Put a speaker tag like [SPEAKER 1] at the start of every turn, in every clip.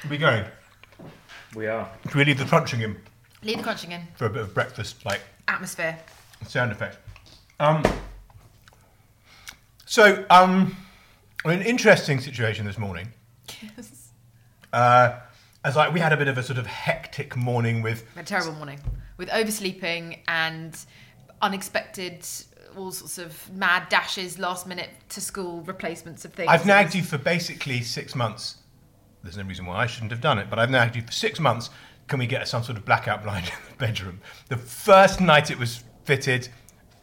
[SPEAKER 1] Should we go?
[SPEAKER 2] We are.
[SPEAKER 1] Should we leave the crunching in
[SPEAKER 3] Leave the crunching in.
[SPEAKER 1] for a bit of breakfast, like
[SPEAKER 3] Atmosphere.
[SPEAKER 1] sound effect? Um, so, um, an interesting situation this morning.
[SPEAKER 3] Yes.
[SPEAKER 1] Uh, as like we had a bit of a sort of hectic morning with
[SPEAKER 3] A terrible morning with oversleeping and unexpected, all sorts of mad dashes, last minute to school replacements of things.
[SPEAKER 1] I've nagged you for basically six months. There's no reason why I shouldn't have done it, but I've nagged you for six months. Can we get some sort of blackout blind in the bedroom? The first night it was fitted,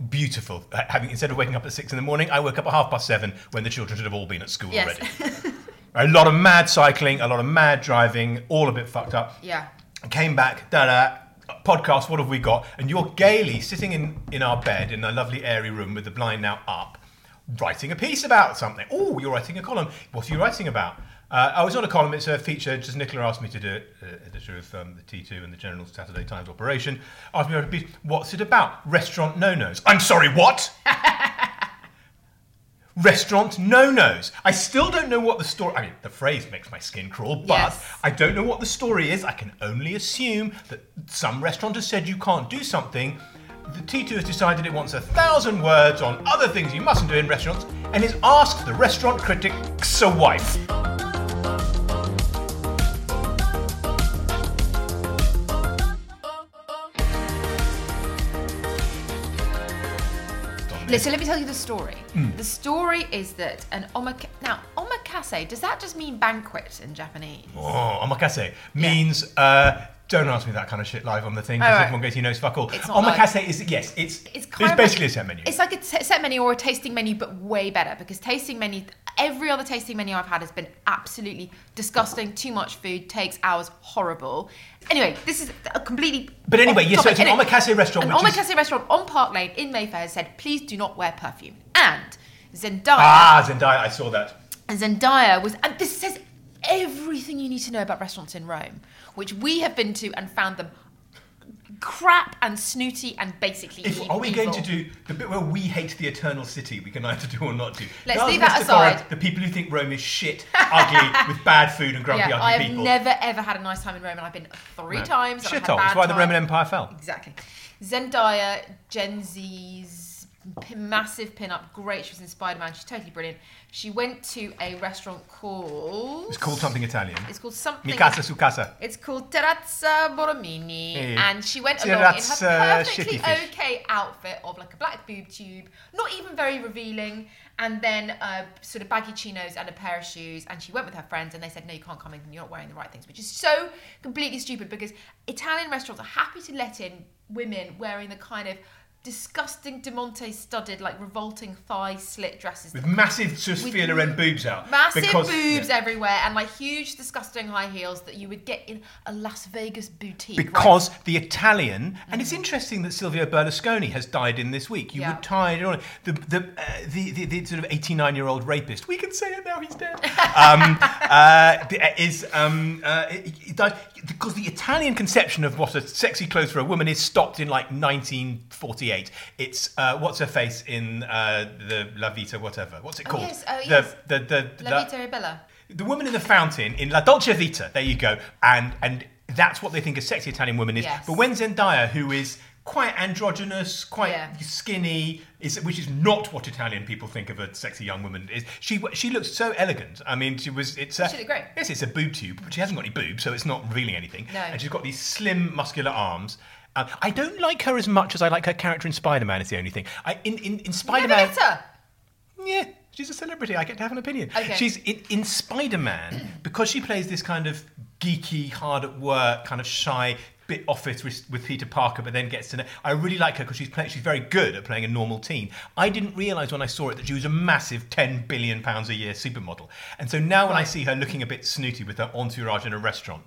[SPEAKER 1] beautiful. Ha- Having instead of waking up at six in the morning, I woke up at half past seven when the children should have all been at school
[SPEAKER 3] Yes.
[SPEAKER 1] already. A lot of mad cycling, a lot of mad driving, all a bit fucked up.
[SPEAKER 3] Yeah.
[SPEAKER 1] Came back, da da. Podcast, what have we got? And you're gaily sitting in, in our bed in a lovely airy room with the blind now up, writing a piece about something. Oh, you're writing a column. What are you writing about? Uh, oh, it's not a column, it's a feature. Just Nicola asked me to do it, uh, editor of um, the T2 and the General Saturday Times operation. Asked me to write a piece. What's it about? Restaurant no nos. I'm sorry, what? Restaurant no nos. I still don't know what the story. I mean, the phrase makes my skin crawl, but
[SPEAKER 3] Yes.
[SPEAKER 1] I don't know what the story is. I can only assume that some restaurant has said you can't do something. The T2 has decided it wants a thousand words on other things you mustn't do in restaurants, and has asked the restaurant critic a wife.
[SPEAKER 3] Let- So let me tell you the story.
[SPEAKER 1] Hmm.
[SPEAKER 3] The story is that an omak now omakase does that just mean banquet in Japanese?
[SPEAKER 1] Oh, omakase means uh, don't ask me that kind of shit live on the thing because
[SPEAKER 3] Alright.
[SPEAKER 1] everyone goes, he knows fuck all.
[SPEAKER 3] It's not live.
[SPEAKER 1] Omakase is yes, it's
[SPEAKER 3] It's
[SPEAKER 1] it's,
[SPEAKER 3] kind of
[SPEAKER 1] basically
[SPEAKER 3] like-
[SPEAKER 1] a set menu.
[SPEAKER 3] It's like a t- set menu or a tasting menu, but way better because tasting menu. Every other tasting menu I've had has been absolutely disgusting. Too much food takes hours. Horrible. Anyway, this is a completely.
[SPEAKER 1] But anyway,
[SPEAKER 3] off
[SPEAKER 1] yes, so
[SPEAKER 3] topic.
[SPEAKER 1] it's an
[SPEAKER 3] Anyway,
[SPEAKER 1] omakase restaurant,
[SPEAKER 3] An
[SPEAKER 1] which is-
[SPEAKER 3] omakase restaurant on Park Lane in Mayfair has said, please do not wear perfume. And Zendaya.
[SPEAKER 1] ah, Zendaya, I saw that.
[SPEAKER 3] And Zendaya was, and this says everything you need to know about restaurants in Rome, which we have been to and found them crap and snooty and basically.
[SPEAKER 1] If,
[SPEAKER 3] evil-
[SPEAKER 1] are we going to do
[SPEAKER 3] evil.
[SPEAKER 1] the bit where we hate the eternal city? We can either do or not do.
[SPEAKER 3] Let's
[SPEAKER 1] Now,
[SPEAKER 3] leave that
[SPEAKER 1] Mr. Foreign,
[SPEAKER 3] aside.
[SPEAKER 1] the people who think Rome is shit, ugly, with bad food and grumpy,
[SPEAKER 3] Yeah,
[SPEAKER 1] ugly
[SPEAKER 3] I have
[SPEAKER 1] people.
[SPEAKER 3] never ever had a nice time in Rome, and I've been three times. and I've
[SPEAKER 1] Shit
[SPEAKER 3] had
[SPEAKER 1] hole.
[SPEAKER 3] bad
[SPEAKER 1] That's why the
[SPEAKER 3] time.
[SPEAKER 1] Roman Empire fell.
[SPEAKER 3] Exactly. Zendaya, Gen Z's p- massive pin-up, great. She was in Spider-Man. She's totally brilliant. She went to a restaurant called.
[SPEAKER 1] It's called something Italian.
[SPEAKER 3] It's called something.
[SPEAKER 1] Mi casa su casa.
[SPEAKER 3] It's called Terrazza Borromini,
[SPEAKER 1] Hey.
[SPEAKER 3] and she went along
[SPEAKER 1] Terrazza
[SPEAKER 3] in her perfectly
[SPEAKER 1] Shitty Fish.
[SPEAKER 3] okay outfit of like a black boob tube, not even very revealing, and then uh, sort of baggy chinos and a pair of shoes. And she went with her friends, and they said, "No, you can't come in. You're not wearing the right things," which is so completely stupid because Italian restaurants are happy to let in women wearing the kind of disgusting demonte studded like revolting thigh slit dresses
[SPEAKER 1] With massive Sophia Loren boobs out.
[SPEAKER 3] massive
[SPEAKER 1] because-
[SPEAKER 3] boobs
[SPEAKER 1] yeah.
[SPEAKER 3] everywhere and like huge disgusting high heels that you would get in a Las Vegas boutique right?
[SPEAKER 1] Because the Italian, and it's interesting that Silvio Berlusconi has died in this week. You
[SPEAKER 3] Yeah.
[SPEAKER 1] were tied on the the, uh, the the the sort of eighty nine year old rapist. We can say it now. He's dead. um, uh, the- uh, is um, uh, he- he died because the Italian conception of what a sexy clothes for a woman is stopped in like nineteen forty eight. It's uh, what's her face in uh, the La Vita whatever. What's it
[SPEAKER 3] Oh,
[SPEAKER 1] called?
[SPEAKER 3] yes, oh,
[SPEAKER 1] the,
[SPEAKER 3] yes.
[SPEAKER 1] the the the-
[SPEAKER 3] La Vita e Bella
[SPEAKER 1] the woman in the fountain in La Dolce Vita. There you go. And and that's what they think a sexy Italian woman is.
[SPEAKER 3] Yes.
[SPEAKER 1] But when Zendaya, who is quite androgynous, quite
[SPEAKER 3] Yeah.
[SPEAKER 1] skinny, is which is not what Italian people think of a sexy young woman is. She she looks so elegant. I mean, she was it's a,
[SPEAKER 3] She looked great.
[SPEAKER 1] Yes, it's a boob tube, but she hasn't got any boobs, so it's not revealing anything.
[SPEAKER 3] No.
[SPEAKER 1] And she's got these slim, muscular arms. Um, I don't like her as much as I like her character in Spider-Man. Is the only thing. I in in, in
[SPEAKER 3] Never
[SPEAKER 1] Spider-Man.
[SPEAKER 3] met her
[SPEAKER 1] Yeah, she's a celebrity. I get to have an opinion.
[SPEAKER 3] Okay.
[SPEAKER 1] She's in, in Spider Man because she plays this kind of geeky, hard at work, kind of shy bit off it with, with Peter Parker, but then gets to know. I really like her because she's play, she's very good at playing a normal teen. I didn't realise when I saw it that she was a massive ten billion pounds a year supermodel, and so now when I see her looking a bit snooty with her entourage in a restaurant,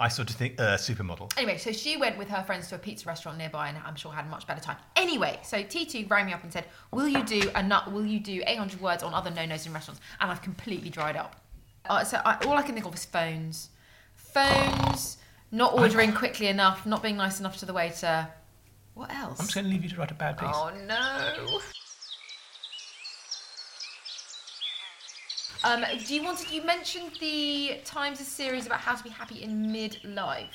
[SPEAKER 1] I sort of think, uh, supermodel.
[SPEAKER 3] anyway so she went with her friends to a pizza restaurant nearby and I'm sure had a much better time anyway so T2 rang me up and said will you do a nut will you do 800 words on other no-nos in restaurants and I've completely dried up uh, so I, all I can think of is phones phones not ordering quickly enough not being nice enough to the waiter what else
[SPEAKER 1] I'm just going to leave you to write a bad piece.
[SPEAKER 3] oh no Um, do you want to, you mentioned the Times a series about how to be happy in midlife,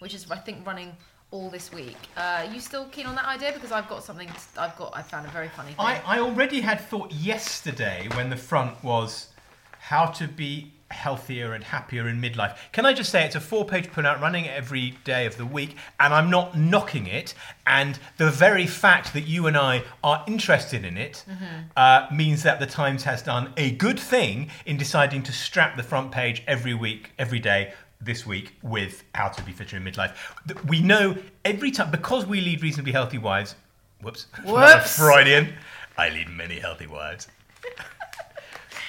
[SPEAKER 3] which is I think running all this week. Uh, are you still keen on that idea? Because I've got something. I've got. I found a very funny thing.
[SPEAKER 1] I, I already had thought yesterday when the front was how to be healthier and happier in midlife. Can I just say it's a four page printout running every day of the week, and I'm not knocking it. And the very fact that you and I are interested in it uh, means that the Times has done a good thing in deciding to strap the front page every week, every day. This week with how to be fitter in midlife. Th- We know every time because we lead reasonably healthy wives. Whoops. Another
[SPEAKER 3] Whoops.
[SPEAKER 1] Freudian. I lead many healthy wives.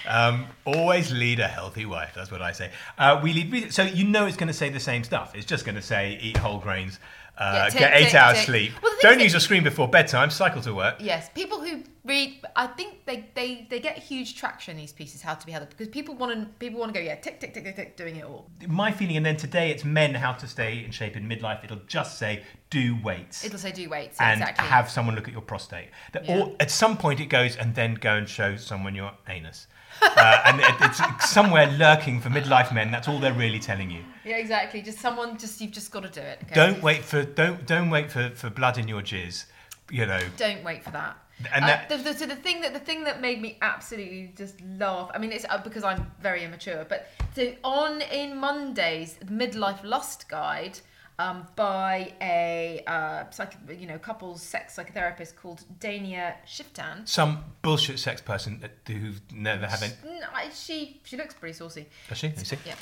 [SPEAKER 1] Um, always lead a healthy wife. That's what I say. Uh, we lead, so you know it's going to say the same stuff. It's just going to say eat whole grains, uh,
[SPEAKER 3] Yeah, tick,
[SPEAKER 1] get eight
[SPEAKER 3] tick,
[SPEAKER 1] hours
[SPEAKER 3] tick.
[SPEAKER 1] sleep,
[SPEAKER 3] Well, the thing
[SPEAKER 1] don't
[SPEAKER 3] is
[SPEAKER 1] use
[SPEAKER 3] that-
[SPEAKER 1] a screen before bedtime, cycle to work.
[SPEAKER 3] Yes, people who read, I think they, they, they get huge traction. These pieces, how to be healthy, because people want to people want to go, yeah, tick tick tick tick tick, doing it all.
[SPEAKER 1] My feeling, and then today it's men how to stay in shape in midlife. It'll just say do weights
[SPEAKER 3] It'll say do weights yeah,
[SPEAKER 1] and
[SPEAKER 3] exactly.
[SPEAKER 1] have someone look at your prostate. That
[SPEAKER 3] Yeah.
[SPEAKER 1] all, at some point it goes and then go and show someone your anus. uh, and it, it's somewhere lurking for midlife men. That's all they're really telling you.
[SPEAKER 3] yeah, exactly. Just someone, just you've just got to do it. Okay?
[SPEAKER 1] Don't wait for don't don't wait for, for blood in your jizz. You know,
[SPEAKER 3] don't wait for that.
[SPEAKER 1] And
[SPEAKER 3] Uh,
[SPEAKER 1] that-
[SPEAKER 3] the, the, so the thing that the thing that made me absolutely just laugh. I mean, it's uh, because I'm very immature, but so on in Mondays, the midlife lust guide. Um, by a uh, psych, you know, couples sex psychotherapist called Dania Shiftan.
[SPEAKER 1] some bullshit sex person that, who never have any.
[SPEAKER 3] Mm, I- she she looks pretty saucy.
[SPEAKER 1] Does she? Let me see.
[SPEAKER 3] Yeah.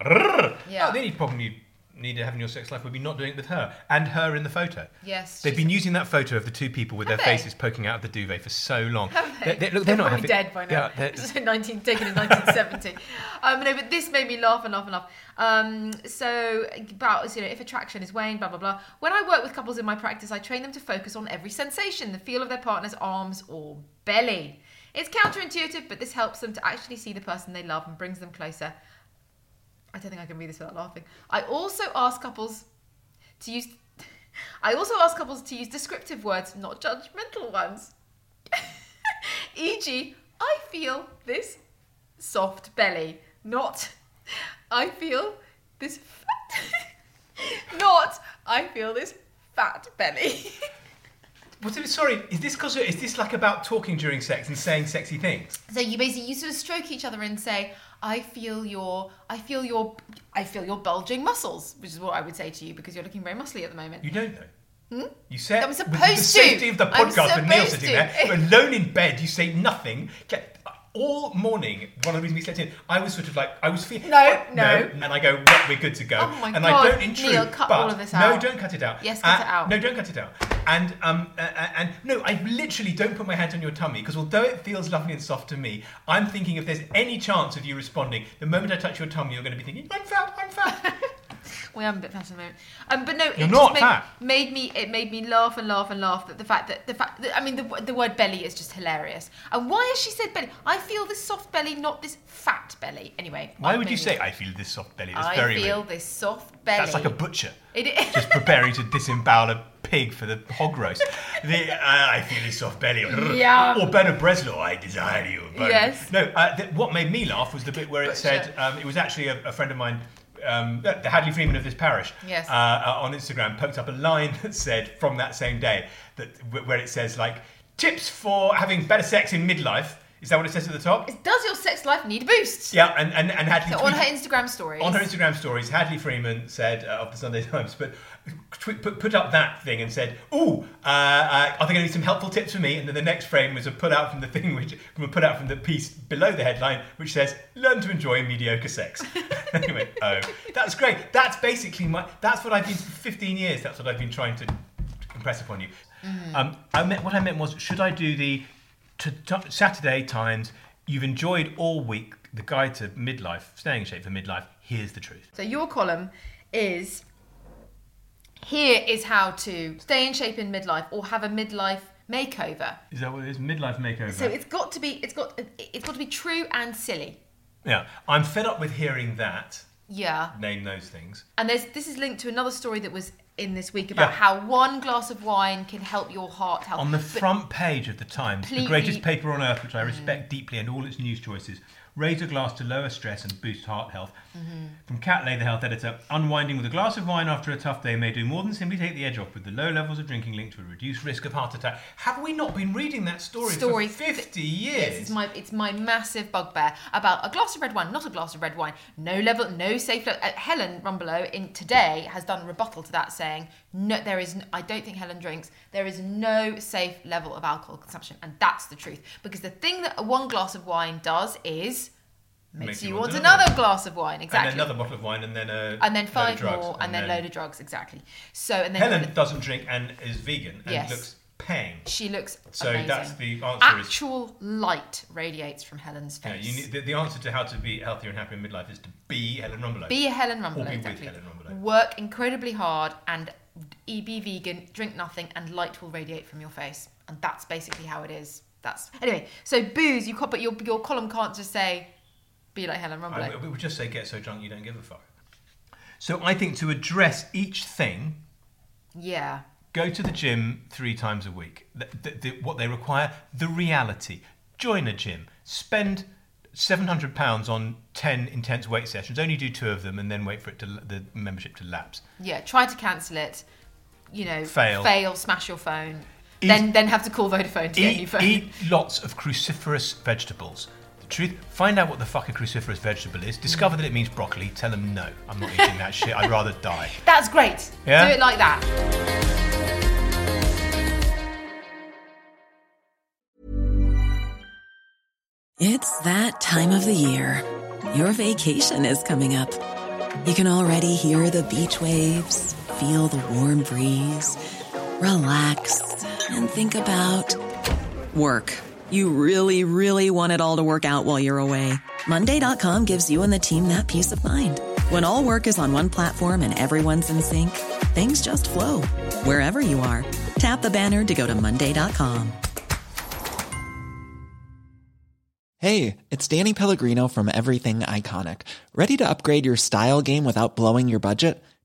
[SPEAKER 1] Rrrr.
[SPEAKER 3] Yeah.
[SPEAKER 1] Oh, the only problem you need to have in your sex life would be not doing it with her and her in the photo.
[SPEAKER 3] Yes.
[SPEAKER 1] They've
[SPEAKER 3] she's-
[SPEAKER 1] been using that photo of the two people with their
[SPEAKER 3] Have they?
[SPEAKER 1] faces poking out of the duvet for so long.
[SPEAKER 3] Have they?
[SPEAKER 1] They're, they're- look, they're not
[SPEAKER 3] probably
[SPEAKER 1] happy.
[SPEAKER 3] dead by now.
[SPEAKER 1] Yeah, they're-
[SPEAKER 3] This is 19, taken in 1970. um, no, but this made me laugh and laugh and laugh. Um, so about you know if attraction is weighing, blah blah blah. When I work with couples in my practice, I train them to focus on every sensation, the feel of their partner's arms or belly. It's counterintuitive, but this helps them to actually see the person they love and brings them closer. I don't think I can read this without laughing. I also ask couples to use. I also ask couples to use descriptive words, not judgmental ones. E.g., E I feel this soft belly, not I feel this fat, not I feel this fat belly.
[SPEAKER 1] What is- sorry, is this cause is this like about talking during sex and saying sexy things?
[SPEAKER 3] so you basically you sort of stroke each other and say, I feel your, I feel your, I feel your bulging muscles, which is what I would say to you because you're looking very muscly at the moment.
[SPEAKER 1] You don't know. You said
[SPEAKER 3] Hmm? I'm
[SPEAKER 1] with the
[SPEAKER 3] supposed to.
[SPEAKER 1] safety of the
[SPEAKER 3] I'm
[SPEAKER 1] podcast with Neil
[SPEAKER 3] supposed
[SPEAKER 1] sitting
[SPEAKER 3] to.
[SPEAKER 1] there, you're alone in bed, you say nothing. All morning, one of the reasons we slept in, I was sort of like, I was feeling "Oh,
[SPEAKER 3] No, no.
[SPEAKER 1] and I go, well, we're good to go.
[SPEAKER 3] Oh my
[SPEAKER 1] and
[SPEAKER 3] God,
[SPEAKER 1] I don't intrude.
[SPEAKER 3] Neil, cut
[SPEAKER 1] but
[SPEAKER 3] all of this
[SPEAKER 1] No,
[SPEAKER 3] out.
[SPEAKER 1] don't cut it out.
[SPEAKER 3] Yes, cut
[SPEAKER 1] Uh,
[SPEAKER 3] it out.
[SPEAKER 1] No, don't cut it out. And um, uh, uh, and no, I literally don't put my hand on your tummy because although it feels lovely and soft to me, I'm thinking if there's any chance of you responding, the moment I touch your tummy, you're going to be thinking, I'm fat, I'm fat.
[SPEAKER 3] We am a bit fat at the moment, um, but no, it
[SPEAKER 1] You're
[SPEAKER 3] just
[SPEAKER 1] not
[SPEAKER 3] made,
[SPEAKER 1] fat.
[SPEAKER 3] made me it made me laugh and laugh and laugh that the fact that the fact that I mean the, w- the word belly is just hilarious. And why has she said belly? I feel this soft belly, not this fat belly. Anyway,
[SPEAKER 1] Why
[SPEAKER 3] I'm
[SPEAKER 1] would you
[SPEAKER 3] moving
[SPEAKER 1] say,
[SPEAKER 3] on.
[SPEAKER 1] I feel this soft belly? That's
[SPEAKER 3] I
[SPEAKER 1] very
[SPEAKER 3] feel
[SPEAKER 1] weird.
[SPEAKER 3] this soft belly.
[SPEAKER 1] That's like a butcher.
[SPEAKER 3] It is.
[SPEAKER 1] just preparing to disembowel a pig for the hog roast. The, uh, I feel his soft belly.
[SPEAKER 3] Yum.
[SPEAKER 1] Or Bernard Breslau, I desire you. Bernard.
[SPEAKER 3] Yes.
[SPEAKER 1] No, uh, th- what made me laugh was the bit where it
[SPEAKER 3] Butcher.
[SPEAKER 1] said, um, it was actually a, a friend of mine, um, the the Hadley Freeman of this parish,
[SPEAKER 3] Yes.
[SPEAKER 1] uh, uh, on Instagram, poked up a line that said, from that same day, that wh- where it says, like, tips for having better sex in midlife. Is that what it says at the top?
[SPEAKER 3] Does your sex life need a boost?
[SPEAKER 1] Yeah, and, and, and Hadley
[SPEAKER 3] So on
[SPEAKER 1] tweeted-
[SPEAKER 3] her Instagram stories.
[SPEAKER 1] on her Instagram stories, Hadley Freeman said uh, of the Sunday Times, but tw- put, put up that thing and said, "Ooh, uh, uh, are there going to be some helpful tips for me?" And then the next frame was a put out from the thing, which from a put out from the piece below the headline, which says, "Learn to enjoy mediocre sex." anyway, oh, that's great. That's basically my. That's what I've been for 15 years. That's what I've been trying to impress upon you. Um, I meant what I meant was, should I do the to, to- Saturday Times? You've enjoyed all week the guide to midlife, staying in shape for midlife. Here's the truth.
[SPEAKER 3] So your column is here is how to stay in shape in midlife or have a midlife makeover.
[SPEAKER 1] Is that what it is? Midlife makeover.
[SPEAKER 3] So it's got to be it's got it's got to be true and silly.
[SPEAKER 1] yeah, I'm fed up with hearing that
[SPEAKER 3] Yeah.
[SPEAKER 1] name those things.
[SPEAKER 3] And there's this is linked to another story that was in this week about
[SPEAKER 1] Yeah.
[SPEAKER 3] how one glass of wine can help your heart health.
[SPEAKER 1] On the
[SPEAKER 3] But
[SPEAKER 1] front page of the Times, the
[SPEAKER 3] Completely-
[SPEAKER 1] greatest paper on earth, which I respect deeply, and all its news choices. Raise a glass to lower stress and boost heart health.
[SPEAKER 3] Mm-hmm.
[SPEAKER 1] From Cat Lay, the health editor, unwinding with a glass of wine after a tough day may do more than simply take the edge off. With the low levels of drinking linked to a reduced risk of heart attack. Have we not been reading that story,
[SPEAKER 3] Story.
[SPEAKER 1] for fifty
[SPEAKER 3] This
[SPEAKER 1] years?
[SPEAKER 3] is my it's my massive bugbear about a glass of red wine, not a glass of red wine. No level, no safe. le- Uh, Helen Rumbelow in today has done a rebuttal to that, saying no, there is. n- I don't think Helen drinks. There is no safe level of alcohol consumption, and that's the truth. Because the thing that one glass of wine does is makes, you, want another, glass of wine, exactly.
[SPEAKER 1] And another bottle of wine, and then a
[SPEAKER 3] And
[SPEAKER 1] load
[SPEAKER 3] then
[SPEAKER 1] of
[SPEAKER 3] five
[SPEAKER 1] drugs,
[SPEAKER 3] more, and, then, load of drugs, exactly. So and then
[SPEAKER 1] Helen doesn't drink and is vegan and
[SPEAKER 3] Yes.
[SPEAKER 1] looks pang.
[SPEAKER 3] she looks
[SPEAKER 1] So
[SPEAKER 3] amazing.
[SPEAKER 1] that's the answer. is
[SPEAKER 3] Actual light radiates from Helen's
[SPEAKER 1] Yeah,
[SPEAKER 3] face.
[SPEAKER 1] you need, the, the answer to how to be healthier and happier in midlife is to be Helen Rumbelow.
[SPEAKER 3] Be a Helen Rumbelow.
[SPEAKER 1] Or be with
[SPEAKER 3] exactly.
[SPEAKER 1] Helen eh? Rumbelow.
[SPEAKER 3] Work incredibly hard and e- be vegan, drink nothing, and light will radiate from your face. And that's basically how it is. That's anyway. So booze, you can't, but your your column can't just say, be like Helen
[SPEAKER 1] I,
[SPEAKER 3] Rumbelow.
[SPEAKER 1] we would just say get so drunk you don't give a fuck. So I think to address each thing,
[SPEAKER 3] yeah,
[SPEAKER 1] go to the gym three times a week. Th th th what they require, the reality. Join a gym. Spend seven hundred pounds on ten intense weight sessions. Only do two of them, and then wait for it to l- the membership to lapse.
[SPEAKER 3] yeah. Try to cancel it. You know,
[SPEAKER 1] Fail.
[SPEAKER 3] fail, smash your phone.
[SPEAKER 1] Eat-
[SPEAKER 3] then then have to call Vodafone to get a new
[SPEAKER 1] Eat,
[SPEAKER 3] phone.
[SPEAKER 1] eat lots of cruciferous vegetables. The truth, find out what the fuck a cruciferous vegetable is. Discover that it means broccoli. Tell them no, I'm not eating that shit. I'd rather die.
[SPEAKER 3] That's great.
[SPEAKER 1] Yeah?
[SPEAKER 3] Do it like that.
[SPEAKER 2] It's that time of the year. Your vacation is coming up. You can already hear the beach waves, feel the warm breeze, relax, and think about work. You really, really want it all to work out while you're away. Monday.com gives you and the team that peace of mind. When all work is on one platform and everyone's in sync, things just flow wherever you are. Tap the banner to go to Monday.com.
[SPEAKER 4] Hey, it's Danny Pellegrino from Everything Iconic. Ready to upgrade your style game without blowing your budget?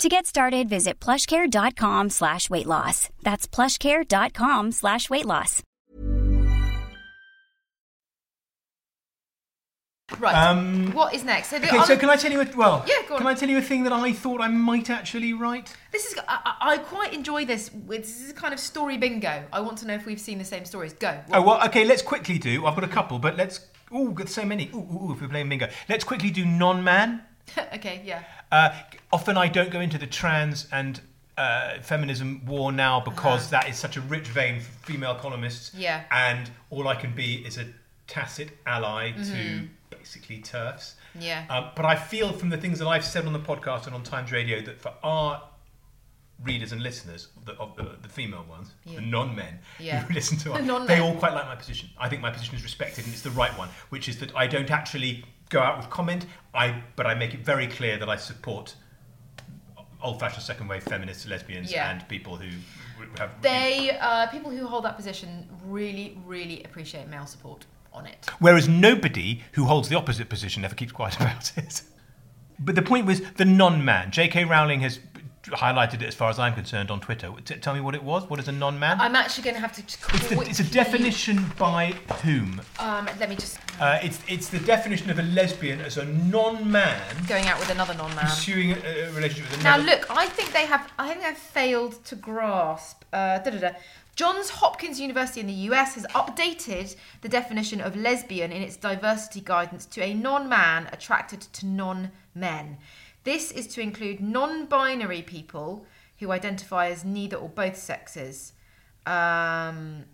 [SPEAKER 5] To get started, visit plushcare.com slash weight loss. That's plushcare.com slash weight loss.
[SPEAKER 3] Right.
[SPEAKER 1] Um,
[SPEAKER 3] what is next? So, the,
[SPEAKER 1] Okay,
[SPEAKER 3] on
[SPEAKER 1] so
[SPEAKER 3] the-
[SPEAKER 1] can I tell you? A, well,
[SPEAKER 3] Yeah, go on.
[SPEAKER 1] Can I tell you a thing that I thought I might actually write?
[SPEAKER 3] This is I, I I quite enjoy this. with- This is a kind of story bingo. I want to know if we've seen the same stories. Go.
[SPEAKER 1] Oh well, okay. Let's quickly do. I've got a couple, but let's. Ooh, got so many. Ooh, ooh, ooh if we're playing bingo, let's quickly do non-man.
[SPEAKER 3] okay, yeah.
[SPEAKER 1] Uh, often I don't go into the trans and uh, feminism war now because that is such a rich vein for female columnists.
[SPEAKER 3] Uh-huh. Yeah.
[SPEAKER 1] And all I can be is a tacit ally to basically turfs.
[SPEAKER 3] Mm-hmm. Yeah.
[SPEAKER 1] Um, but I feel from the things that I've said on the podcast and on Times Radio that for our readers and listeners, the, of the, the female ones,
[SPEAKER 3] Yeah.
[SPEAKER 1] the non-men
[SPEAKER 3] Yeah.
[SPEAKER 1] who listen to us,
[SPEAKER 3] non-men.
[SPEAKER 1] they all quite like my position. I think my position is respected and it's the right one, which is that I don't actually go out with comment. I but I make it very clear that I support old-fashioned second-wave feminists, lesbians,
[SPEAKER 3] Yeah.
[SPEAKER 1] and people who have
[SPEAKER 3] They uh, people who hold that position really, really appreciate male support on it.
[SPEAKER 1] Whereas nobody who holds the opposite position ever keeps quiet about it. But the point was the non-man. J.K. Rowling has highlighted it, as far as I'm concerned, on Twitter. T- tell me what it was. What is a non-man?
[SPEAKER 3] I'm actually going to have to. just
[SPEAKER 1] it's, the, it's a
[SPEAKER 3] quickly-
[SPEAKER 1] definition by whom.
[SPEAKER 3] Um, let me just
[SPEAKER 1] Uh, it's it's the definition of a lesbian as a non-man
[SPEAKER 3] going out with another non-man.
[SPEAKER 1] pursuing a, a relationship with
[SPEAKER 3] Now
[SPEAKER 1] another.
[SPEAKER 3] look, I think they have. I think they've failed to grasp. Uh, da-da-da. Johns Hopkins University in the US has updated the definition of lesbian in its diversity guidance to a non man attracted to non men. This is to include non binary people who identify as neither or both sexes. Um,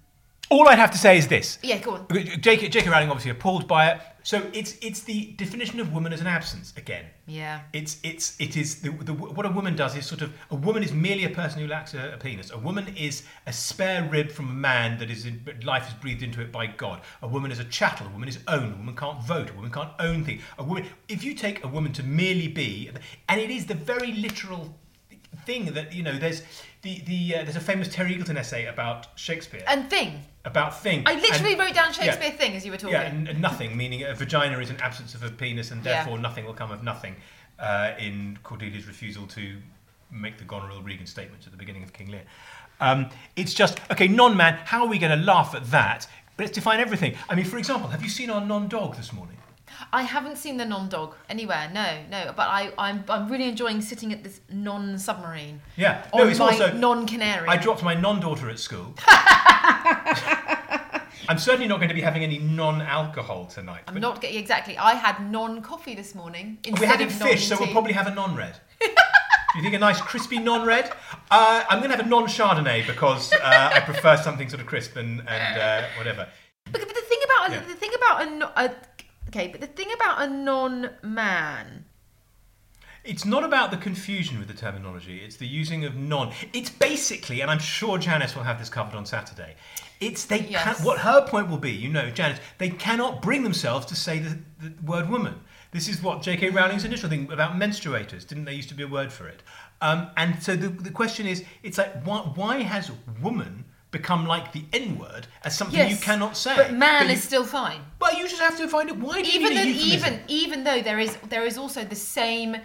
[SPEAKER 1] All I have to say is this.
[SPEAKER 3] yeah, go on.
[SPEAKER 1] J.K. J.K. Rowling obviously appalled by it. So it's it's the definition of woman as an absence again.
[SPEAKER 3] Yeah.
[SPEAKER 1] It's it's it is the, the what a woman does is sort of a woman is merely a person who lacks a, a penis. A woman is a spare rib from a man that is in, life is breathed into it by God. A woman is a chattel. A woman is owned. A woman can't vote. A woman can't own things. A woman. If you take a woman to merely be, and it is the very literal thing that you know. There's the the uh, there's a famous Terry Eagleton essay about Shakespeare
[SPEAKER 3] And thing.
[SPEAKER 1] about thing.
[SPEAKER 3] I literally
[SPEAKER 1] And-
[SPEAKER 3] wrote down
[SPEAKER 1] yeah.
[SPEAKER 3] Shakespeare thing as you were talking.
[SPEAKER 1] Yeah, and and nothing, meaning a vagina is an absence of a penis, and
[SPEAKER 3] Yeah.
[SPEAKER 1] therefore nothing will come of nothing. Uh, in Cordelia's refusal to make the Goneril Regan statements at the beginning of King Lear, um, it's just okay. Non-man, how are we going to laugh at that? Let's define everything. I mean, for example, have you seen our non-dog this morning?
[SPEAKER 3] I haven't seen the non-dog anywhere. No, no. But I, I'm, I'm really enjoying sitting at this non-submarine.
[SPEAKER 1] Yeah.
[SPEAKER 3] On my non-canary.
[SPEAKER 1] I dropped my non-daughter at school. I'm certainly not going to be having any non-alcohol tonight.
[SPEAKER 3] I'm
[SPEAKER 1] but-
[SPEAKER 3] not getting exactly. I had non-coffee this morning instead
[SPEAKER 1] We had
[SPEAKER 3] of
[SPEAKER 1] it fish, so we'll
[SPEAKER 3] non-tea.
[SPEAKER 1] probably have a non-red. Do you think a nice crispy non-red? Uh, I'm going to have a non-Chardonnay because uh, I prefer something sort of crisp and, and uh, whatever.
[SPEAKER 3] But, but the thing about
[SPEAKER 1] Yeah.
[SPEAKER 3] the thing about a, no- a okay, but the thing about a non-man.
[SPEAKER 1] It's not about the confusion with the terminology. It's the using of non. It's basically, and I'm sure Janice will have this covered on Saturday. It's they
[SPEAKER 3] Yes.
[SPEAKER 1] can, what her point will be. You know, Janice, they cannot bring themselves to say the, the word woman. This is what J.K. Rowling's initial thing about menstruators. Didn't there used to be a word for it? Um, and so the, the question is, it's like why, why has woman become like the N word as something you cannot say?
[SPEAKER 3] But man
[SPEAKER 1] you-
[SPEAKER 3] is still fine.
[SPEAKER 1] Well, you just have to find it. Why do you
[SPEAKER 3] even
[SPEAKER 1] need
[SPEAKER 3] though
[SPEAKER 1] a euphemism?
[SPEAKER 3] even even though there is there is also the same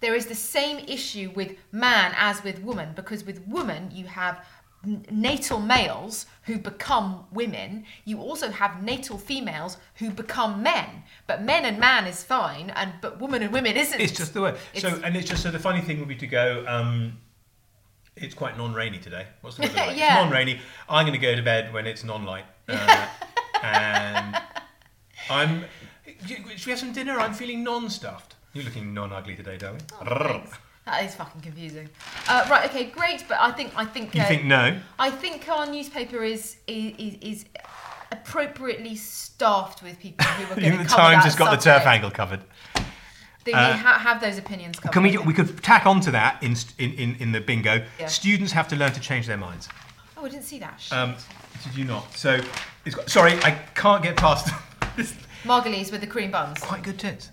[SPEAKER 3] there is the same issue with man as with woman because with woman you have n- natal males who become women you also have natal females who become men but men and man is fine and but woman and women isn't
[SPEAKER 1] It's just the way. So,
[SPEAKER 3] It's-
[SPEAKER 1] and it's just so the funny thing would be to go. Um, it's quite non-rainy today. What's the weather like?
[SPEAKER 3] Yeah.
[SPEAKER 1] It's non-rainy. I'm going to go to bed when it's non-light, uh, and I'm. Should we have some dinner? I'm feeling non-stuffed. You're looking non-ugly today, darling.
[SPEAKER 3] Oh,
[SPEAKER 1] uh,
[SPEAKER 3] Thanks. that is fucking confusing uh, right okay great but i think i think
[SPEAKER 1] you
[SPEAKER 3] uh,
[SPEAKER 1] think no?
[SPEAKER 3] I think our newspaper is is, is, is appropriately staffed with people who are going
[SPEAKER 1] Even
[SPEAKER 3] to
[SPEAKER 1] the
[SPEAKER 3] cover that
[SPEAKER 1] Times has got the turf
[SPEAKER 3] subject.
[SPEAKER 1] angle covered.
[SPEAKER 3] They
[SPEAKER 1] Uh,
[SPEAKER 3] may ha- have those opinions covered.
[SPEAKER 1] Can we? We could tack onto that in in, in, in the bingo.
[SPEAKER 3] Yeah.
[SPEAKER 1] Students have to learn to change their minds.
[SPEAKER 3] Oh, I didn't see that.
[SPEAKER 1] Um, did you not? So, it's got, sorry, I can't get past this.
[SPEAKER 3] Margulies with the cream buns.
[SPEAKER 1] Quite good tits.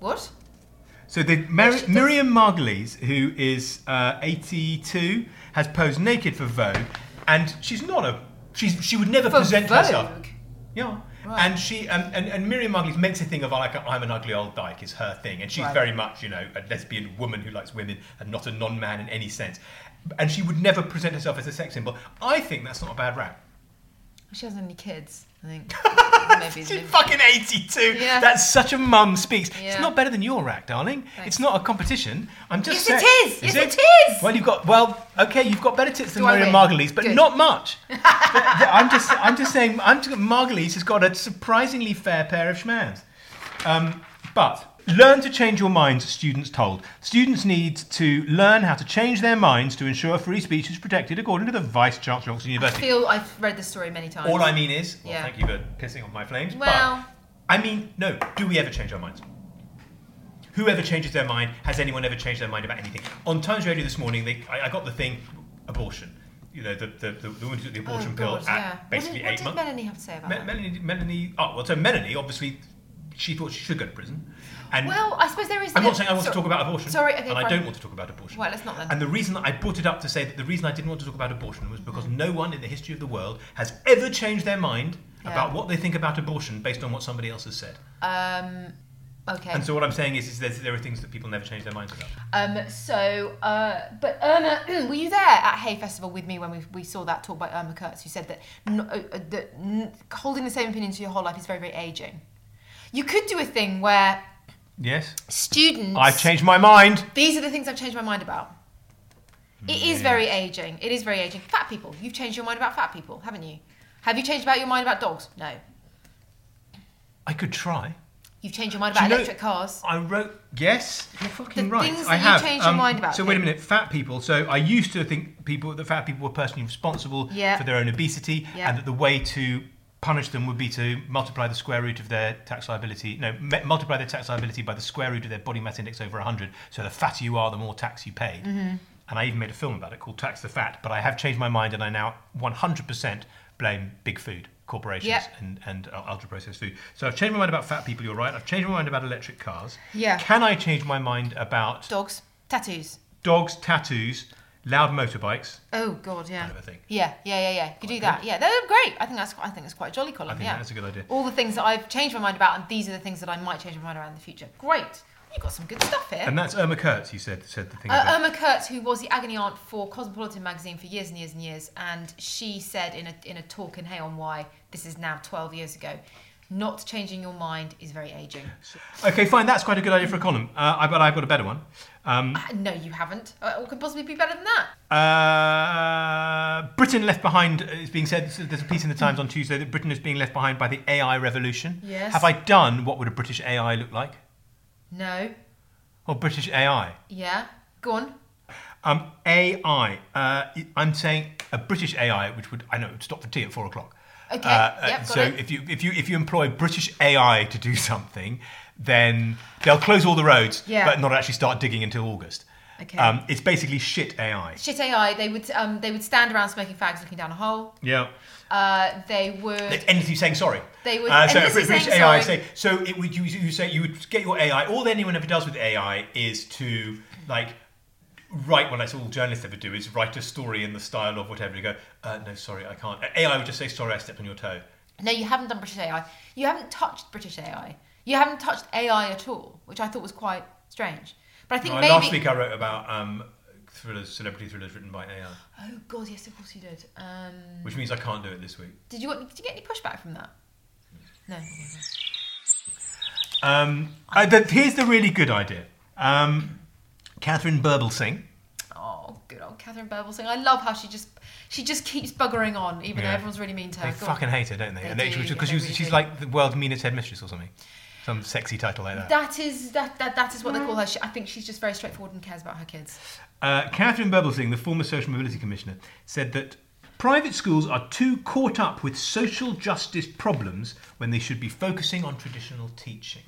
[SPEAKER 3] What?
[SPEAKER 1] So the Mer- Miriam Margulies, who is uh, 82, has posed naked for Vogue, and she's not a she's she would never
[SPEAKER 3] For
[SPEAKER 1] present
[SPEAKER 3] Vogue?
[SPEAKER 1] herself. Yeah. And she um, and, and Miriam Margulies makes a thing of like I'm an ugly old dyke is her thing, and she's
[SPEAKER 3] Right.
[SPEAKER 1] very much you know a lesbian woman who likes women and not a non-man in any sense, and she would never present herself as a sex symbol. I think that's not a bad rap.
[SPEAKER 3] She hasn't any kids. I think maybe.
[SPEAKER 1] She's
[SPEAKER 3] the-
[SPEAKER 1] fucking 82.
[SPEAKER 3] Yeah.
[SPEAKER 1] That's such a mum speaks.
[SPEAKER 3] Yeah.
[SPEAKER 1] It's not better than your act, darling. It's not a competition. I'm just
[SPEAKER 3] Yes, it
[SPEAKER 1] saying-
[SPEAKER 3] is. Yes, it is.
[SPEAKER 1] Well, you've got, well, okay, you've got better tits than
[SPEAKER 3] Do I
[SPEAKER 1] Miriam
[SPEAKER 3] win?
[SPEAKER 1] Margulies, but
[SPEAKER 3] Good.
[SPEAKER 1] not much. But- but I'm just, I'm just saying, I'm just, Margulies has got a surprisingly fair pair of schmans. Um, but learn to change your minds, students told. Students need to learn how to change their minds to ensure free speech is protected according to the Vice Chancellor of Oxford
[SPEAKER 3] I
[SPEAKER 1] University.
[SPEAKER 3] feel I've read this story many times.
[SPEAKER 1] All I mean is, well,
[SPEAKER 3] Yeah.
[SPEAKER 1] thank you for pissing on my flames.
[SPEAKER 3] Well-
[SPEAKER 1] but I mean, no. Do we ever change our minds? Whoever changes their mind, has anyone ever changed their mind about anything? On Times Radio this morning, they, I, I got the thing, abortion. You know, the the, the, the woman who took the
[SPEAKER 3] Oh,
[SPEAKER 1] abortion pill
[SPEAKER 3] God,
[SPEAKER 1] at
[SPEAKER 3] yeah.
[SPEAKER 1] basically eight
[SPEAKER 3] what did, what did
[SPEAKER 1] months.
[SPEAKER 3] Melanie have to say about
[SPEAKER 1] Me-
[SPEAKER 3] that?
[SPEAKER 1] Melanie, Melanie. Oh well, so Melanie obviously, she thought she should go to prison, and
[SPEAKER 3] Well, I suppose there is.
[SPEAKER 1] I'm
[SPEAKER 3] the-
[SPEAKER 1] not saying I want
[SPEAKER 3] so-
[SPEAKER 1] to talk about abortion.
[SPEAKER 3] Sorry, okay,
[SPEAKER 1] and I
[SPEAKER 3] fine.
[SPEAKER 1] don't want to talk about abortion.
[SPEAKER 3] Well, let's not then.
[SPEAKER 1] And the reason that I brought it up to say that the reason I didn't want to talk about abortion was because no one in the history of the world has ever changed their mind
[SPEAKER 3] Yeah.
[SPEAKER 1] about what they think about abortion based on what somebody else has said.
[SPEAKER 3] Okay.
[SPEAKER 1] And so what I'm saying is, is there's, there are things that people never change their minds about.
[SPEAKER 3] Um, so, uh, but Irma, were you there at Hay Festival with me when we, we saw that talk by Irma Kurtz, who said that, n- uh, uh, that n- holding the same opinion to your whole life is very, very aging? You could do a thing where
[SPEAKER 1] Yes.
[SPEAKER 3] students.
[SPEAKER 1] I've changed my mind.
[SPEAKER 3] These are the things I've changed my mind about. It is very aging. It is very aging. Fat people. You've changed your mind about fat people, haven't you? Have you changed about your mind about dogs? No.
[SPEAKER 1] I could try.
[SPEAKER 3] You've changed your mind
[SPEAKER 1] Do
[SPEAKER 3] about
[SPEAKER 1] you know-
[SPEAKER 3] electric cars.
[SPEAKER 1] I wrote yes. You're fucking
[SPEAKER 3] The
[SPEAKER 1] right.
[SPEAKER 3] things
[SPEAKER 1] I
[SPEAKER 3] that you
[SPEAKER 1] have. Um,
[SPEAKER 3] change your mind about,
[SPEAKER 1] So wait a
[SPEAKER 3] things.
[SPEAKER 1] minute, fat people. So I used to think people that fat people were personally responsible
[SPEAKER 3] Yeah.
[SPEAKER 1] for their own obesity,
[SPEAKER 3] Yeah.
[SPEAKER 1] and that the way to punish them would be to multiply the square root of their tax liability. No, me- multiply their tax liability by the square root of their body mass index over 100. So the fatter you are, the more tax you paid.
[SPEAKER 3] Mm-hmm.
[SPEAKER 1] And I even made a film about it called Tax the Fat. But I have changed my mind, and I now 100% blame big food corporations
[SPEAKER 3] Yeah.
[SPEAKER 1] and, and ultra processed food. So I've changed my mind about fat people, you're right. I've changed my mind about electric cars.
[SPEAKER 3] Yeah.
[SPEAKER 1] Can I change my mind about
[SPEAKER 3] Dogs. Tattoos.
[SPEAKER 1] dogs, tattoos, loud motorbikes?
[SPEAKER 3] Oh God, yeah.
[SPEAKER 1] Kind of a thing.
[SPEAKER 3] Yeah, yeah, yeah, yeah. You could do that. Yeah, they're great. I think that's I think that's quite a jolly column.
[SPEAKER 1] I think
[SPEAKER 3] yeah,
[SPEAKER 1] that's a good idea.
[SPEAKER 3] All the things that I've changed my mind about, and these are the things that I might change my mind around in the future. Great. You've got some good stuff here.
[SPEAKER 1] And that's Irma Kurtz, you said said the thing
[SPEAKER 3] Uh,
[SPEAKER 1] about.
[SPEAKER 3] Irma Kurtz, who was the agony aunt for Cosmopolitan magazine for years and years and years, and she said in a in a talk in Hey on Why, this is now 12 years ago, not changing your mind is very aging.
[SPEAKER 1] okay, fine, that's quite a good idea for a column. Uh, I, but I've got a better one. Um,
[SPEAKER 3] Uh, No, you haven't. Uh, What could possibly be better than that?
[SPEAKER 1] uh, Britain left behind is being said. so There's a piece in the Times on Tuesday that Britain is being left behind by the AI revolution.
[SPEAKER 3] Yes.
[SPEAKER 1] Have I done what would a British AI look like?
[SPEAKER 3] No.
[SPEAKER 1] Or British AI?
[SPEAKER 3] Yeah. Go on.
[SPEAKER 1] Um, AI. Uh, I'm saying a British AI, which would I know it would stop for tea at four o'clock.
[SPEAKER 3] Okay,
[SPEAKER 1] Uh,
[SPEAKER 3] yep, got
[SPEAKER 1] so
[SPEAKER 3] it.
[SPEAKER 1] if you if you if you employ British AI to do something, then they'll close all the roads,
[SPEAKER 3] Yeah.
[SPEAKER 1] but not actually start digging until August.
[SPEAKER 3] Okay.
[SPEAKER 1] Um, it's basically shit AI.
[SPEAKER 3] Shit AI. They would um, they would stand around smoking fags, looking down a hole.
[SPEAKER 1] Yeah.
[SPEAKER 3] Uh, they would.
[SPEAKER 1] Like anything saying sorry.
[SPEAKER 3] They would-
[SPEAKER 1] Uh, so
[SPEAKER 3] anything
[SPEAKER 1] British
[SPEAKER 3] saying
[SPEAKER 1] AI
[SPEAKER 3] sorry.
[SPEAKER 1] say so. It would you, you say you would get your AI. All anyone ever does with AI is to like write. Well, that's all journalists ever do is write a story in the style of whatever. You go, uh, no, sorry, I can't. AI would just say, sorry, I stepped on your toe.
[SPEAKER 3] No, you haven't done British AI. You haven't touched British AI. You haven't touched AI at all, which I thought was quite strange. But I think
[SPEAKER 1] Uh,
[SPEAKER 3] maybe.
[SPEAKER 1] Last week I wrote about um, thrillers, celebrity thrillers written by AI,
[SPEAKER 3] Oh God, yes, of course you did. Um,
[SPEAKER 1] which means I can't do it this week.
[SPEAKER 3] did you want? Did you get any pushback from that? No. no, no.
[SPEAKER 1] Um, I, but here's the really good idea. Um, Catherine Burblesing.
[SPEAKER 3] Oh, good old Catherine Burblesing. I love how she just she just keeps buggering on, even
[SPEAKER 1] Yeah.
[SPEAKER 3] though everyone's really mean to her.
[SPEAKER 1] They
[SPEAKER 3] Go on.
[SPEAKER 1] fucking hate her, don't they?
[SPEAKER 3] They
[SPEAKER 1] and they,
[SPEAKER 3] do,
[SPEAKER 1] because
[SPEAKER 3] yeah,
[SPEAKER 1] she
[SPEAKER 3] they
[SPEAKER 1] was,
[SPEAKER 3] really
[SPEAKER 1] she's
[SPEAKER 3] do.
[SPEAKER 1] like the world's meanest headmistress or something. Some sexy title like that.
[SPEAKER 3] That is that, that that is what they call her. She, I think she's just very straightforward and cares about her kids.
[SPEAKER 1] Uh, Catherine Burblesing, the former Social Mobility Commissioner, said that private schools are too caught up with social justice problems when they should be focusing on traditional teaching.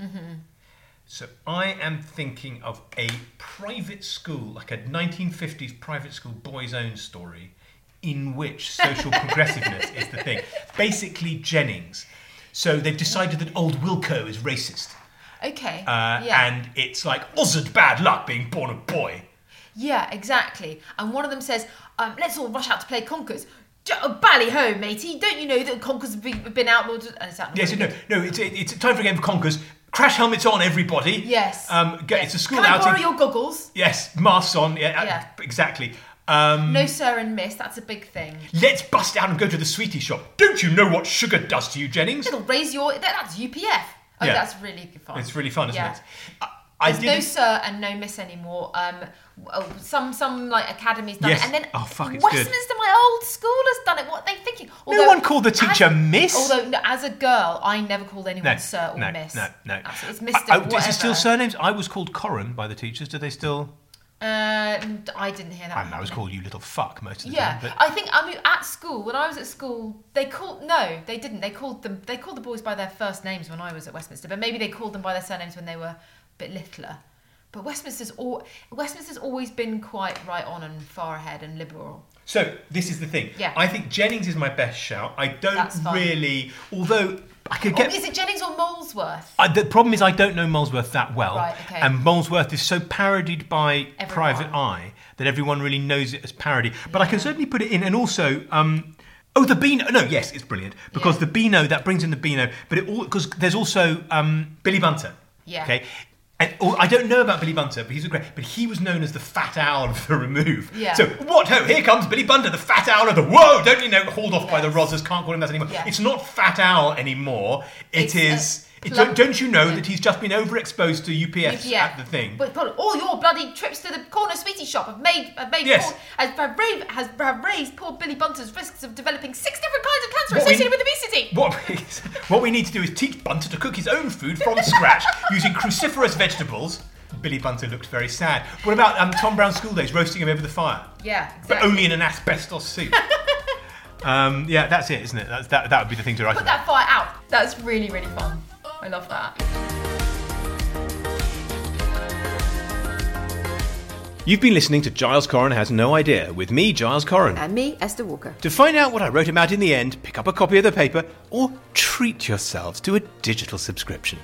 [SPEAKER 1] So I am thinking of a private school, like a 1950s private school boys' own story, in which social progressiveness is the thing. Basically, Jennings. So they've decided that old Wilco is racist.
[SPEAKER 3] Okay.
[SPEAKER 1] Uh,
[SPEAKER 3] yeah.
[SPEAKER 1] And it's like, uzzard bad luck being born a boy.
[SPEAKER 3] yeah, exactly. And one of them says, um, "Let's all rush out to play conkers." J- oh, Bally ho, matey! Don't you know that conkers have been, been outlawed? And uh, it's outlawed.
[SPEAKER 1] Yes, no, no. It's it's time for a game of conkers. Crash helmets on, everybody.
[SPEAKER 3] Yes.
[SPEAKER 1] Um, go,
[SPEAKER 3] Yes.
[SPEAKER 1] It's a school
[SPEAKER 3] Can I
[SPEAKER 1] outing.
[SPEAKER 3] borrow your goggles?
[SPEAKER 1] Yes, masks on. Yeah, uh,
[SPEAKER 3] Yeah.
[SPEAKER 1] exactly. Um,
[SPEAKER 3] No, sir, and miss. That's a big thing.
[SPEAKER 1] let's bust out and go to the sweetie shop. Don't you know what sugar does to you, Jennings?
[SPEAKER 3] It'll raise your. That, that's UPF. Oh,
[SPEAKER 1] Yeah.
[SPEAKER 3] that's really good fun.
[SPEAKER 1] It's really fun, isn't
[SPEAKER 3] Yeah.
[SPEAKER 1] it? I, I
[SPEAKER 3] There's no sir and no miss anymore. Um, oh, some some like academies done
[SPEAKER 1] Yes.
[SPEAKER 3] it, and then
[SPEAKER 1] Oh, fuck, it's good.
[SPEAKER 3] Westminster, my old school, has done it. What are they thinking?
[SPEAKER 1] one called the teacher miss.
[SPEAKER 3] Although no, as a girl, I never called anyone sir or
[SPEAKER 1] no,
[SPEAKER 3] miss.
[SPEAKER 1] no, no.
[SPEAKER 3] Absolutely. it's Mister.
[SPEAKER 1] I- I- is it still
[SPEAKER 3] whatever.
[SPEAKER 1] surnames? I was called Corin by the teachers. Do they still?
[SPEAKER 3] Um, I didn't hear that.
[SPEAKER 1] I, mean, I was called you little fuck most of the time.
[SPEAKER 3] Yeah,
[SPEAKER 1] but-
[SPEAKER 3] I think I mean at school when I was at school they called no they didn't they called them they called the boys by their first names when I was at Westminster but maybe they called them by their surnames when they were a bit littler. But Westminster's all Westminster's always been quite right on and far ahead and liberal.
[SPEAKER 1] So this is the thing.
[SPEAKER 3] Yeah.
[SPEAKER 1] I think Jennings is my best shout. I don't
[SPEAKER 3] That's fine.
[SPEAKER 1] really, although I could
[SPEAKER 3] Or
[SPEAKER 1] get.
[SPEAKER 3] is it Jennings or Molesworth?
[SPEAKER 1] I, the problem is I don't know Molesworth that well,
[SPEAKER 3] Right, okay.
[SPEAKER 1] and Molesworth is so parodied by
[SPEAKER 3] Everyone.
[SPEAKER 1] Private Eye that everyone really knows it as parody. But I can certainly put it in, and also. Um, Oh, the Beano! No, yes, it's brilliant because the
[SPEAKER 3] Yeah.
[SPEAKER 1] Beano that brings in the Beano, but it all because there's also um, Billy Bunter.
[SPEAKER 3] Yeah.
[SPEAKER 1] Okay, And oh, I don't know about Billy Bunter, but he's a great. But he was known as the fat owl of the remove.
[SPEAKER 3] Yeah.
[SPEAKER 1] So what? Ho! Here comes Billy Bunter, the fat owl of the. Whoa! Don't you know? Hauled off by the
[SPEAKER 3] Yes.
[SPEAKER 1] rozzers. Can't call him that anymore.
[SPEAKER 3] Yeah.
[SPEAKER 1] It's not fat owl anymore.
[SPEAKER 3] It's
[SPEAKER 1] It
[SPEAKER 3] a
[SPEAKER 1] is. It,
[SPEAKER 3] plump-
[SPEAKER 1] don't, don't you know
[SPEAKER 3] yeah.
[SPEAKER 1] that he's just been overexposed to UPS
[SPEAKER 3] Yeah.
[SPEAKER 1] at the thing?
[SPEAKER 3] But Paul, all your bloody trips to the corner sweetie shop have made have made
[SPEAKER 1] Yes.
[SPEAKER 3] Paul, has, have, raised, has have raised poor Billy Bunter's risks of developing six different kinds of
[SPEAKER 1] What
[SPEAKER 3] cancer
[SPEAKER 1] we-
[SPEAKER 3] associated with obesity.
[SPEAKER 1] What we, what we need to do is teach Bunter to cook his own food from scratch using cruciferous vegetables. Billy Bunter looked very sad. What about um, Tom Brown's school days, roasting him over the fire?
[SPEAKER 3] Yeah,
[SPEAKER 1] But
[SPEAKER 3] exactly.
[SPEAKER 1] only in an asbestos suit. um, yeah, that's it, isn't it? That's, that, that would be the thing to write
[SPEAKER 3] Put
[SPEAKER 1] about.
[SPEAKER 3] that fire out. That's really really fun. I love that.
[SPEAKER 1] You've been listening to Giles Corran Has No Idea with me, Giles Corran.
[SPEAKER 6] And me, Esther Walker.
[SPEAKER 1] To find out what I wrote about in the end, pick up a copy of the paper or treat yourselves to a digital subscription.